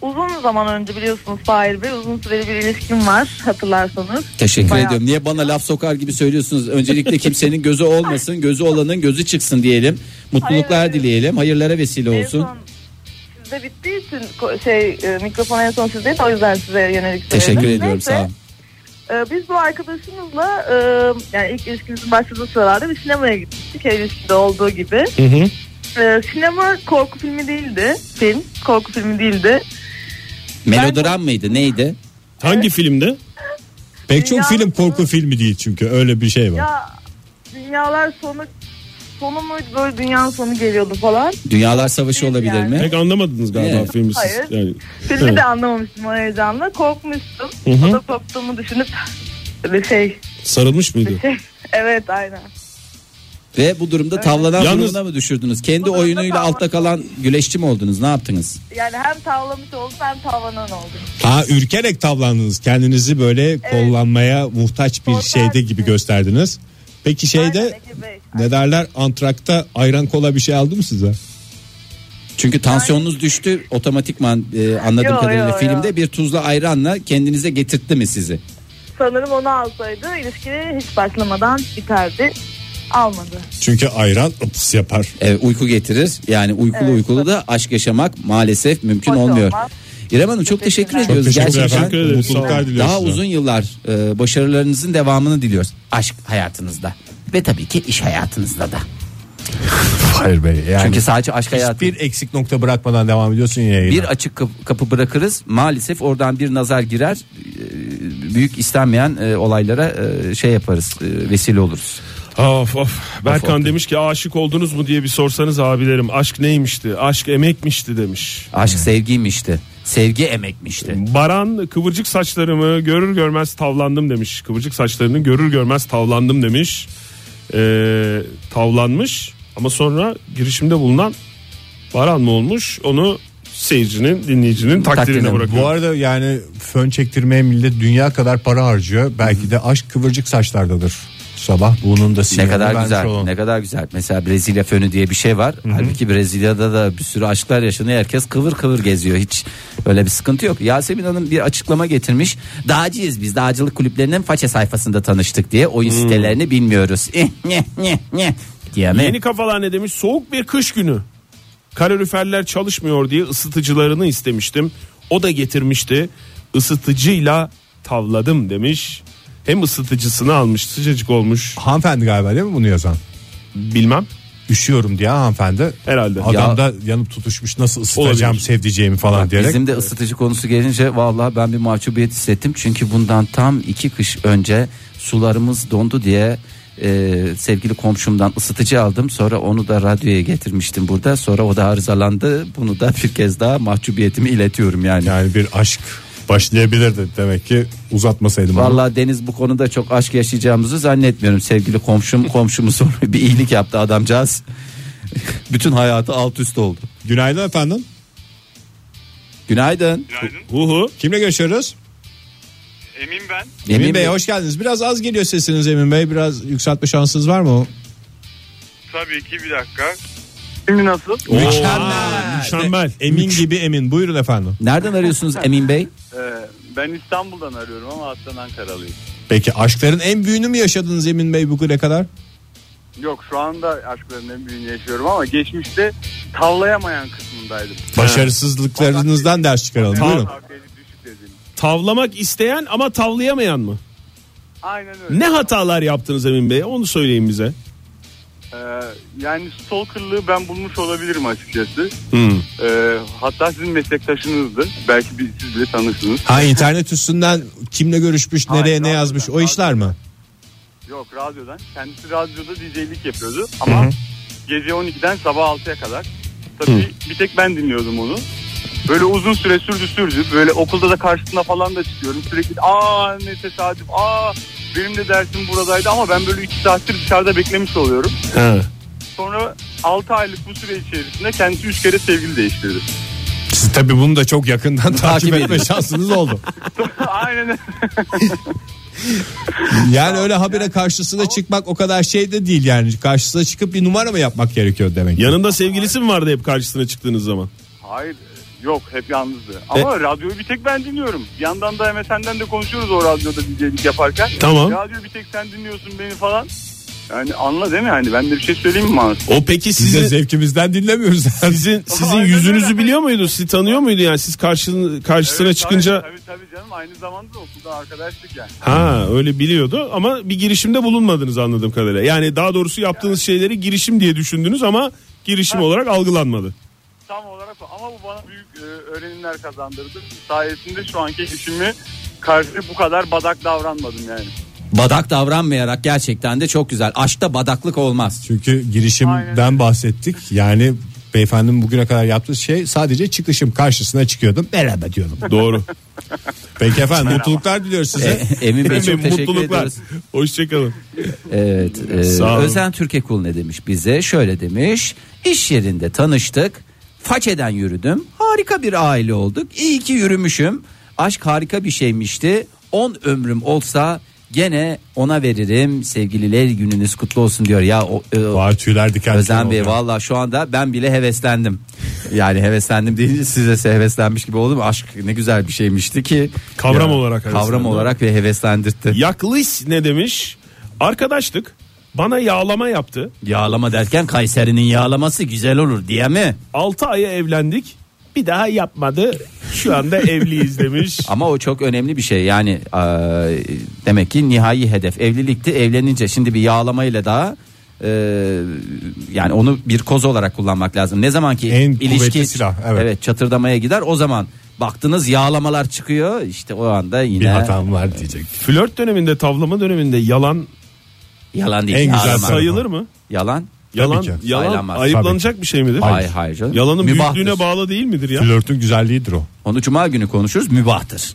Speaker 10: Uzun zaman önce biliyorsunuz Fahir Bey uzun süreli bir ilişkim var hatırlarsanız.
Speaker 5: Teşekkür
Speaker 10: bayağı-
Speaker 5: ediyorum. Niye bana laf sokar gibi söylüyorsunuz? Öncelikle kimsenin gözü olmasın, gözü olanın gözü çıksın diyelim. Mutluluklar
Speaker 10: Hayır, hayır.
Speaker 5: dileyelim, hayırlara vesile
Speaker 10: En
Speaker 5: olsun.
Speaker 10: son sizde bittiği için ko- şey e, mikrofon en son sizdeydi o yüzden size yönelik
Speaker 5: Teşekkür
Speaker 10: söyledim.
Speaker 5: ediyorum,
Speaker 10: Neyse,
Speaker 5: sağ olun.
Speaker 10: e, biz bu arkadaşımızla e, yani ilk ilişkimizin başladığı sıralarda bir sinemaya gittik. Her ilişkide olduğu gibi. E, sinema korku filmi değildi. Film korku filmi değildi.
Speaker 5: Melodram mıydı, neydi?
Speaker 6: Hangi filmde?
Speaker 2: Pek çok
Speaker 10: Dünya-
Speaker 2: film korku filmi değil çünkü öyle bir şey var.
Speaker 10: Ya dünyalar sonu sonu muydu böyle dünyanın sonu geliyordu falan.
Speaker 5: Dünyalar Savaşı
Speaker 10: Değil
Speaker 5: olabilir
Speaker 10: yani.
Speaker 5: mi?
Speaker 6: Pek anlamadınız galiba
Speaker 5: Evet.
Speaker 6: filmi siz.
Speaker 10: Hayır.
Speaker 6: Yani,
Speaker 10: Filmi
Speaker 6: Evet.
Speaker 10: de anlamamıştım o heyecanla. Korkmuştum.
Speaker 6: hı.
Speaker 10: O da korktuğumu düşünüp bir şey.
Speaker 6: sarılmış mıydı?
Speaker 10: evet aynen.
Speaker 5: Ve bu durumda tavlanan
Speaker 6: Yalnız-
Speaker 5: durumuna mı düşürdünüz? Kendi
Speaker 10: Bu durumda
Speaker 5: oyunuyla
Speaker 10: tavla-
Speaker 5: altta kalan güleşçi mi oldunuz? Ne yaptınız?
Speaker 10: Yani hem tavlamış oldum hem tavlanan oldum.
Speaker 2: Ha ürkerek tavlandınız. Kendinizi böyle kollanmaya muhtaç bir
Speaker 10: Korkarsınız.
Speaker 2: şeyde gibi gösterdiniz. Peki şeyde
Speaker 10: Aynen, Ege Bey.
Speaker 2: ne derler antrakta ayran kola bir şey aldı mı size?
Speaker 5: Çünkü tansiyonunuz düştü otomatikman e, anladığım
Speaker 10: Yo,
Speaker 5: kadarıyla
Speaker 10: yo, yo.
Speaker 5: filmde bir tuzla ayranla kendinize getirtti mi sizi?
Speaker 10: Sanırım onu alsaydı ilişki hiç başlamadan biterdi. Almadı.
Speaker 2: Çünkü ayran ıps yapar.
Speaker 5: E, uyku getirir. Yani uykulu
Speaker 10: Evet,
Speaker 5: uykulu da aşk yaşamak maalesef mümkün
Speaker 10: Hoş
Speaker 5: olmuyor.
Speaker 10: olmaz.
Speaker 5: İrem Hanım çok teşekkür
Speaker 9: Teşekkürler.
Speaker 5: ediyoruz.
Speaker 2: Teşekkür
Speaker 5: Gerçekten
Speaker 2: efendim.
Speaker 6: ederiz. Sağ
Speaker 2: Mutluluklar
Speaker 6: olun.
Speaker 2: diliyoruz.
Speaker 5: daha
Speaker 2: size.
Speaker 5: uzun yıllar e, başarılarınızın devamını diliyoruz. Aşk hayatınızda ve tabii ki iş hayatınızda da.
Speaker 2: Hayır Bey. Yani
Speaker 5: Çünkü sadece aşk hayatı
Speaker 2: bir eksik nokta bırakmadan devam ediyorsun yayına.
Speaker 5: bir açık kapı, kapı bırakırız. Maalesef oradan bir nazar girer. e, Büyük istenmeyen e, olaylara e, şey yaparız, e, vesile oluruz.
Speaker 6: Of of. Berkan
Speaker 5: of.
Speaker 6: demiş ki aşık oldunuz mu diye bir sorsanız abilerim. Aşk neymişti? Aşk emekmişti demiş.
Speaker 5: Aşk sevgiymişti. Sevgi emekmişti.
Speaker 6: Baran kıvırcık saçlarımı görür görmez tavlandım demiş. Kıvırcık saçlarını görür görmez tavlandım demiş. Ee, tavlanmış ama sonra girişimde bulunan Baran mı olmuş? Onu seyircinin, dinleyicinin takdirine
Speaker 5: Takdirine.
Speaker 6: bırakıyor.
Speaker 2: Bu arada yani fön çektirmeye millet dünya kadar para harcıyor. Belki de aşk kıvırcık saçlardadır. Sabah bunun da
Speaker 5: Ne
Speaker 2: sinyalini
Speaker 5: kadar
Speaker 2: vermiş
Speaker 5: güzel.
Speaker 2: olalım.
Speaker 5: Ne kadar güzel. Mesela Brezilya fönü diye bir şey var. Halbuki Brezilya'da da bir sürü aşklar yaşanıyor. Herkes kıvır kıvır geziyor. Hiç öyle bir sıkıntı yok. Yasemin Hanım bir açıklama getirmiş. Dağcıyız biz. Dağcılık kulüplerinin façe sayfasında tanıştık diye. Oyun sitelerini bilmiyoruz. Eh, nyeh, nyeh, nyeh diye mi?
Speaker 6: Yeni kafalar ne demiş? Soğuk bir kış günü. Kaloriferler çalışmıyor diye ısıtıcılarını istemiştim. O da getirmişti. Isıtıcıyla tavladım demiş. Hem ısıtıcısını almış sıcacık olmuş
Speaker 2: Hanımefendi galiba değil mi bunu yazan?
Speaker 6: bilmem
Speaker 2: Üşüyorum diye hanımefendi.
Speaker 6: herhalde.
Speaker 2: Adam da yanıp tutuşmuş nasıl ısıtacağım
Speaker 6: Olabilir.
Speaker 2: sevdiceğimi falan diyerek.
Speaker 5: Bizim de ısıtıcı konusu gelince vallahi ben bir mahcubiyet hissettim. Çünkü bundan tam iki kış önce sularımız dondu diye e, sevgili komşumdan ısıtıcı aldım. Sonra onu da radyoya getirmiştim burada. Sonra o da arızalandı. Bunu da bir kez daha mahcubiyetimi iletiyorum yani.
Speaker 2: Yani bir aşk başlayabilirdi demek ki uzatmasaydım. onu.
Speaker 5: Vallahi Deniz bu konuda çok aşk yaşayacağımızı zannetmiyorum. Sevgili komşum komşumuz bir iyilik yaptı adamcağız. Bütün hayatı alt üst oldu.
Speaker 2: Günaydın efendim.
Speaker 5: Günaydın.
Speaker 6: Uhu.
Speaker 2: Kimle görüşüyoruz?
Speaker 1: Emin ben.
Speaker 2: Emin, Bey, hoş geldiniz. Biraz az geliyor sesiniz Emin Bey. Biraz yükseltme şansınız var mı?
Speaker 1: Tabii ki bir dakika.
Speaker 7: Şimdi nasıl?
Speaker 6: Mükemmel. Mükemmel.
Speaker 2: Emin gibi Emin. Buyurun efendim.
Speaker 5: Nereden arıyorsunuz Emin Bey?
Speaker 1: Ee, ben İstanbul'dan arıyorum ama aslen Ankaralıyım.
Speaker 2: Peki aşkların en büyüğünü mü yaşadınız Emin Bey bugüne kadar?
Speaker 1: Yok şu anda aşkların en büyüğünü yaşıyorum ama geçmişte tavlayamayan kısmındaydım.
Speaker 2: Başarısızlıklarınızdan ders çıkaralım. Buyurun.
Speaker 1: Tavlayı düşük dedim.
Speaker 6: Tavlamak isteyen ama tavlayamayan mı?
Speaker 1: Aynen öyle.
Speaker 6: Ne hatalar yaptınız Emin Bey? Onu söyleyin bize.
Speaker 1: Ee, yani stalkerlığı ben bulmuş olabilirim açıkçası.
Speaker 6: Hmm.
Speaker 1: Ee, hatta sizin meslektaşınızdı. Belki bir, siz bile tanırsınız.
Speaker 2: Ha internet üstünden kimle görüşmüş,
Speaker 1: Hayır,
Speaker 2: nereye ne
Speaker 1: radyodan,
Speaker 2: yazmış o işler mi?
Speaker 1: Yok radyodan. Kendisi radyoda DJ'lik yapıyordu ama gece 12'den sabah 6'ya kadar. Tabii bir tek ben dinliyordum onu. Böyle uzun süre sürdü sürdü. Böyle okulda da karşısına falan da çıkıyorum. Sürekli aa ne tesadüf aa benim de dersim buradaydı ama ben böyle 2 saattir dışarıda beklemiş oluyorum. Sonra 6 aylık bu süre içerisinde kendisi 3 kere sevgili değiştirdi.
Speaker 2: Siz tabii bunu da çok yakından takip etme şansınız oldu.
Speaker 1: Aynen öyle.
Speaker 2: Yani öyle habire karşısına çıkmak o kadar şey de değil yani. Karşısına çıkıp bir numara mı yapmak gerekiyor demek ki?
Speaker 6: Yanında sevgilisi mi vardı hep karşısına çıktığınız zaman?
Speaker 1: Hayır yok hep yalnızdı.
Speaker 6: E-
Speaker 1: Ama radyoyu bir tek ben dinliyorum. Bir yandan da MSN'den de konuşuyoruz o radyoda DJ'lik yaparken.
Speaker 6: Tamam.
Speaker 1: Radyo bir tek sen dinliyorsun beni falan. Yani anla değil mi yani ben de bir şey söyleyeyim mi Mansur?
Speaker 6: O peki
Speaker 2: Biz de
Speaker 6: sizin
Speaker 2: zevkimizden dinlemiyoruz.
Speaker 6: sizin sizin
Speaker 1: Aynen
Speaker 6: yüzünüzü
Speaker 1: öyle.
Speaker 6: biliyor muydu? Sizi tanıyor muydu yani? Siz karşın, karşısına
Speaker 1: Evet,
Speaker 6: çıkınca
Speaker 1: Tabii, tabii, tabii canım aynı zamanda okulda arkadaşlık yani.
Speaker 6: ha öyle biliyordu ama bir girişimde bulunmadınız anladığım kadarıyla. Yani daha doğrusu yaptığınız şeyleri girişim diye düşündünüz ama girişim olarak algılanmadı.
Speaker 1: Tam olarak o. ama bu bana büyük e, öğrenimler kazandırdı. Sayesinde şu anki işimi karşı bu kadar badak davranmadım yani.
Speaker 5: Badak davranmayarak gerçekten de çok güzel. Aşkta badaklık olmaz.
Speaker 2: Çünkü girişimden bahsettik. Yani beyefendinin bugüne kadar yaptığı şey sadece çıkışım karşısına çıkıyordum. Merhaba diyordum.
Speaker 6: Doğru.
Speaker 2: Peki efendim mutluluklar diliyoruz size.
Speaker 5: E, Emin Bey çok
Speaker 6: Efendim,
Speaker 5: teşekkür
Speaker 6: mutluluklar.
Speaker 5: ediyoruz.
Speaker 6: Hoşçakalın.
Speaker 5: Evet. e,
Speaker 6: Sağ olun.
Speaker 5: Özen Türkekul ne demiş bize? Şöyle demiş. İş yerinde tanıştık. Façeden yürüdüm. Harika bir aile olduk. İyi ki yürümüşüm. Aşk harika bir şeymişti. 10 ömrüm olsa gene ona veririm. Sevgililer gününüz kutlu olsun diyor. Ya o, e,
Speaker 2: Var tüyler diken diken
Speaker 5: Özen Bey
Speaker 2: oldu.
Speaker 5: valla şu anda ben bile heveslendim. Yani heveslendim deyince size heveslenmiş gibi oldum. Aşk ne güzel bir şeymişti ki.
Speaker 6: Kavram
Speaker 5: Ya,
Speaker 6: olarak
Speaker 5: Kavram
Speaker 6: heveslendim.
Speaker 5: olarak ve heveslendirtti.
Speaker 6: Yaklis ne demiş? Arkadaşlık bana yağlama yaptı.
Speaker 5: Yağlama derken Kayseri'nin yağlaması güzel olur diye mi?
Speaker 2: E,
Speaker 6: 6 aya evlendik. Bir daha yapmadı. Şu anda evliyiz demiş.
Speaker 5: Ama o çok önemli bir şey yani eee, demek ki nihai hedef evlilikti evlenince şimdi bir yağlamayla daha eee, yani onu bir koz olarak kullanmak lazım. Ne zaman ki
Speaker 2: En
Speaker 5: ilişki
Speaker 2: kuvvetli silah, evet.
Speaker 5: çatırdamaya gider o zaman baktınız yağlamalar çıkıyor işte o anda yine
Speaker 2: Bir hatam var diyecek.
Speaker 6: Flört döneminde tavlama döneminde yalan
Speaker 5: yalan değil
Speaker 2: En güzel
Speaker 5: yağlama.
Speaker 2: sayı-
Speaker 6: sayılır mı?
Speaker 5: yalan
Speaker 6: Yalan,
Speaker 2: ki.
Speaker 6: yalan
Speaker 5: Sayılamaz.
Speaker 6: ayıplanacak bir şey midir?
Speaker 5: hayır hayır canım.
Speaker 6: Yalanın
Speaker 5: Mübahtır.
Speaker 6: büyüklüğüne bağlı değil midir ya?
Speaker 2: Flörtün güzelliğidir o.
Speaker 5: onu cuma günü konuşuruz mübahtır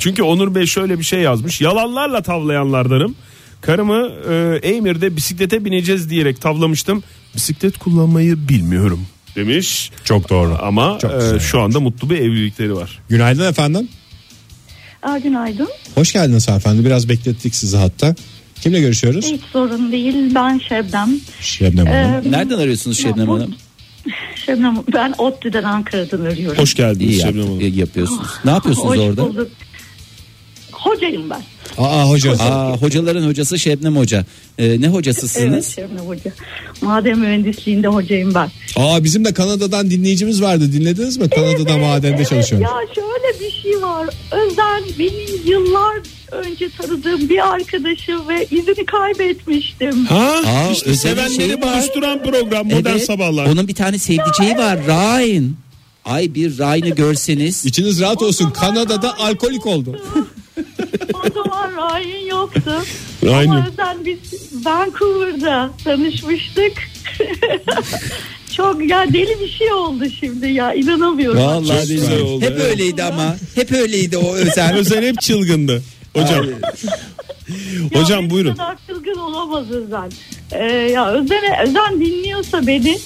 Speaker 6: Çünkü Onur Bey şöyle bir şey yazmış. Yalanlarla tavlayanlardanım. Karımı e, Eymir'de bisiklete bineceğiz diyerek tavlamıştım. Bisiklet kullanmayı bilmiyorum demiş.
Speaker 2: Çok doğru.
Speaker 6: Ama
Speaker 2: Çok
Speaker 6: e,
Speaker 2: güzel.
Speaker 6: şu anda mutlu bir evlilikleri var.
Speaker 2: Günaydın efendim.
Speaker 13: Aa, günaydın.
Speaker 2: Hoş geldiniz hanımefendi. Biraz beklettik sizi hatta. Kimle görüşüyoruz?
Speaker 13: Hiç sorun değil. Ben Şebnem.
Speaker 2: Şebnem Hanım.
Speaker 13: Ee,
Speaker 5: nereden arıyorsunuz Şebnem
Speaker 13: bu-
Speaker 5: Hanım
Speaker 13: Şebnem ben ODTÜ'den Ankara'dan arıyorum.
Speaker 6: Hoş geldiniz
Speaker 5: iyi
Speaker 6: Şebnem
Speaker 5: yaptın,
Speaker 6: Hanım.
Speaker 5: iyi yapıyorsunuz ne yapıyorsunuz
Speaker 13: Hoş
Speaker 5: orada
Speaker 13: bulduk. Hocayım ben.
Speaker 2: Aa hocam.
Speaker 5: Aa, hocaların hocası Şebnem Hoca Ee, ne
Speaker 13: Evet
Speaker 5: hocasısınız
Speaker 13: Şebnem Hoca. Maden mühendisliğinde hocayım ben.
Speaker 2: Aa bizim de Kanada'dan dinleyicimiz vardı. Dinlediniz
Speaker 6: E,
Speaker 2: mi? Kanada'da madende
Speaker 13: Evet,
Speaker 2: çalışıyorum.
Speaker 13: Ya şöyle bir şey var. Özden benim yıllar önce tanıdığım bir arkadaşım ve izini kaybetmiştim.
Speaker 6: Ha?
Speaker 5: Aa,
Speaker 6: işte
Speaker 5: özel bir
Speaker 6: sevenleri
Speaker 5: şey var.
Speaker 6: buluşturan program Modern
Speaker 5: Evet,
Speaker 6: Sabahlar.
Speaker 5: Onun bir tane sevdiceği var Ryan. Ay bir Ryan'ı görseniz.
Speaker 2: İçiniz rahat olsun. Kanada'da alkolik oldu.
Speaker 13: O zaman Ryan yoktu.
Speaker 6: Aynı.
Speaker 13: Ama Özden biz Vancouver'da tanışmıştık. Çok ya deli bir şey oldu şimdi ya inanamıyorum.
Speaker 5: Vallahi
Speaker 6: güzel
Speaker 5: billahi.
Speaker 6: oldu,
Speaker 5: Hep
Speaker 6: evet.
Speaker 5: öyleydi ama. Hep öyleydi o özel.
Speaker 6: Özel hep çılgındı. Hocam.
Speaker 13: Ya
Speaker 6: Hocam
Speaker 13: ne
Speaker 6: buyurun.
Speaker 13: kadar çılgın olamaz Özen. Ee, ya Özen'e, Özen dinliyorsa beni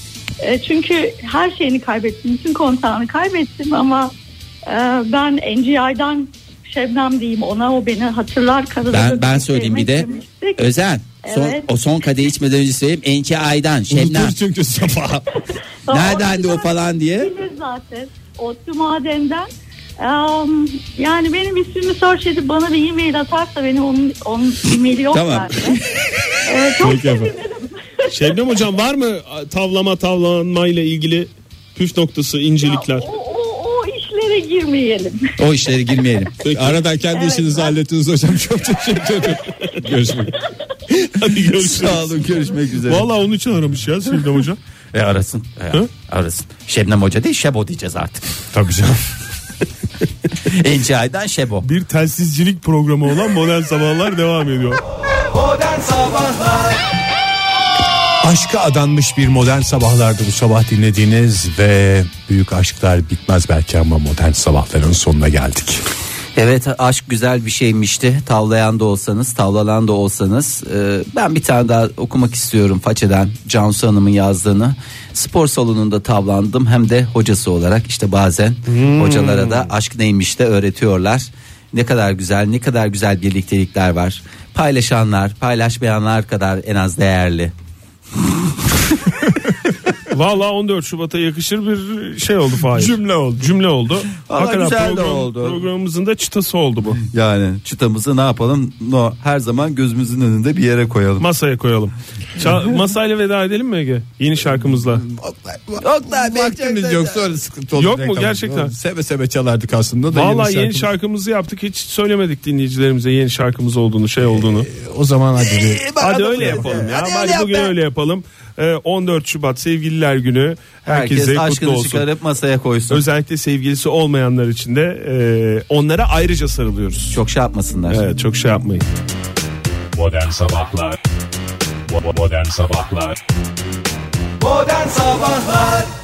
Speaker 13: e, çünkü her şeyini kaybettim. Bütün kontağını kaybettim ama e, ben NGI'dan Şebnem diyeyim ona o beni hatırlar. Kanada'da
Speaker 5: Ben ben söyleyeyim bir de
Speaker 13: demiştik.
Speaker 5: Özen. Son,
Speaker 13: Evet.
Speaker 5: O son kadehi içmeden önce söyleyeyim. Enki Aydan. Şebnem.
Speaker 2: Unutur çünkü sabah.
Speaker 13: Tamam,
Speaker 5: Neredendi o
Speaker 13: Özen
Speaker 5: falan diye.
Speaker 13: bilir zaten. Otlu madenden. Em, yani benim ismimi search edip bana bir e-mail atarsa benim onun, onun e-maili yok
Speaker 5: Tamam.
Speaker 13: bende. Ee, çok
Speaker 2: Peki efendim.
Speaker 6: Şebnem hocam var mı a, tavlama tavlanmayla ilgili püf noktası incelikler?
Speaker 13: O, o, o işlere girmeyelim.
Speaker 5: O işlere girmeyelim.
Speaker 2: Aradan kendi işinizi hallettiniz hocam. Çok teşekkür ederim. Görüşmek üzere.
Speaker 6: Hadi görüşürüz.
Speaker 5: Sağ olun görüşmek üzere.
Speaker 6: Valla onun için aramış ya Şebnem hocam.
Speaker 5: E arasın. E,
Speaker 6: Hı?
Speaker 5: arasın. Şebnem Hoca değil Şebo diyeceğiz artık.
Speaker 2: Tabii canım.
Speaker 5: Enki Aydan Şebo.
Speaker 6: bir telsizcilik programı olan Modern Sabahlar devam ediyor.
Speaker 2: Aşka adanmış bir modern sabahlardı bu sabah dinlediğiniz ve büyük aşklar bitmez belki ama modern sabahların sonuna geldik.
Speaker 5: Evet aşk güzel bir şeymişti. Tavlayan da olsanız, tavlanan da olsanız. Ee, ben bir tane daha okumak istiyorum Façeden Cansu Hanım'ın yazdığını. Spor salonunda tavlandım hem de hocası olarak işte bazen
Speaker 2: Hmm.
Speaker 5: hocalara da aşk neymiş de öğretiyorlar. Ne kadar güzel, ne kadar güzel birliktelikler var. Paylaşanlar, paylaşmayanlar kadar en az değerli.
Speaker 6: Valla 14 Şubat'a yakışır bir şey oldu Fahir. Cümle oldu. Cümle oldu.
Speaker 5: Vallahi
Speaker 6: Hakikaten
Speaker 5: güzel de
Speaker 6: program-
Speaker 5: oldu.
Speaker 6: Programımızın da çıtası oldu bu.
Speaker 5: Yani çıtamızı ne yapalım? No, her zaman gözümüzün önünde bir yere koyalım.
Speaker 6: Masaya koyalım. Ça- masayla veda edelim mi Ege? Yeni şarkımızla.
Speaker 2: Vaktimiz yok sonra sıkıntı
Speaker 6: Yok
Speaker 2: olacak.
Speaker 6: mu
Speaker 2: ama.
Speaker 6: gerçekten?
Speaker 2: Seve seve çalardık aslında da.
Speaker 6: Valla yeni
Speaker 2: şarkı-
Speaker 6: şarkımızı yaptık. Hiç söylemedik dinleyicilerimize yeni şarkımız olduğunu,
Speaker 5: Ee,
Speaker 6: şey olduğunu. Ee,
Speaker 2: O zaman hadi bir-
Speaker 6: Hadi öyle yapalım ya. Hadi, bugün öyle yapalım. Ee, 14 Şubat Sevgililer Günü.
Speaker 5: Herkes,
Speaker 6: Herkese kutlu
Speaker 5: aşkını
Speaker 6: olsun.
Speaker 5: çıkarıp masaya koysun.
Speaker 6: Özellikle sevgilisi olmayanlar için de e, onlara ayrıca sarılıyoruz.
Speaker 5: Çok şey yapmasınlar.
Speaker 6: Evet çok şey yapmayın.
Speaker 14: Modern Sabahlar Bo- bo- Modern Sabahlar
Speaker 11: Modern Sabahlar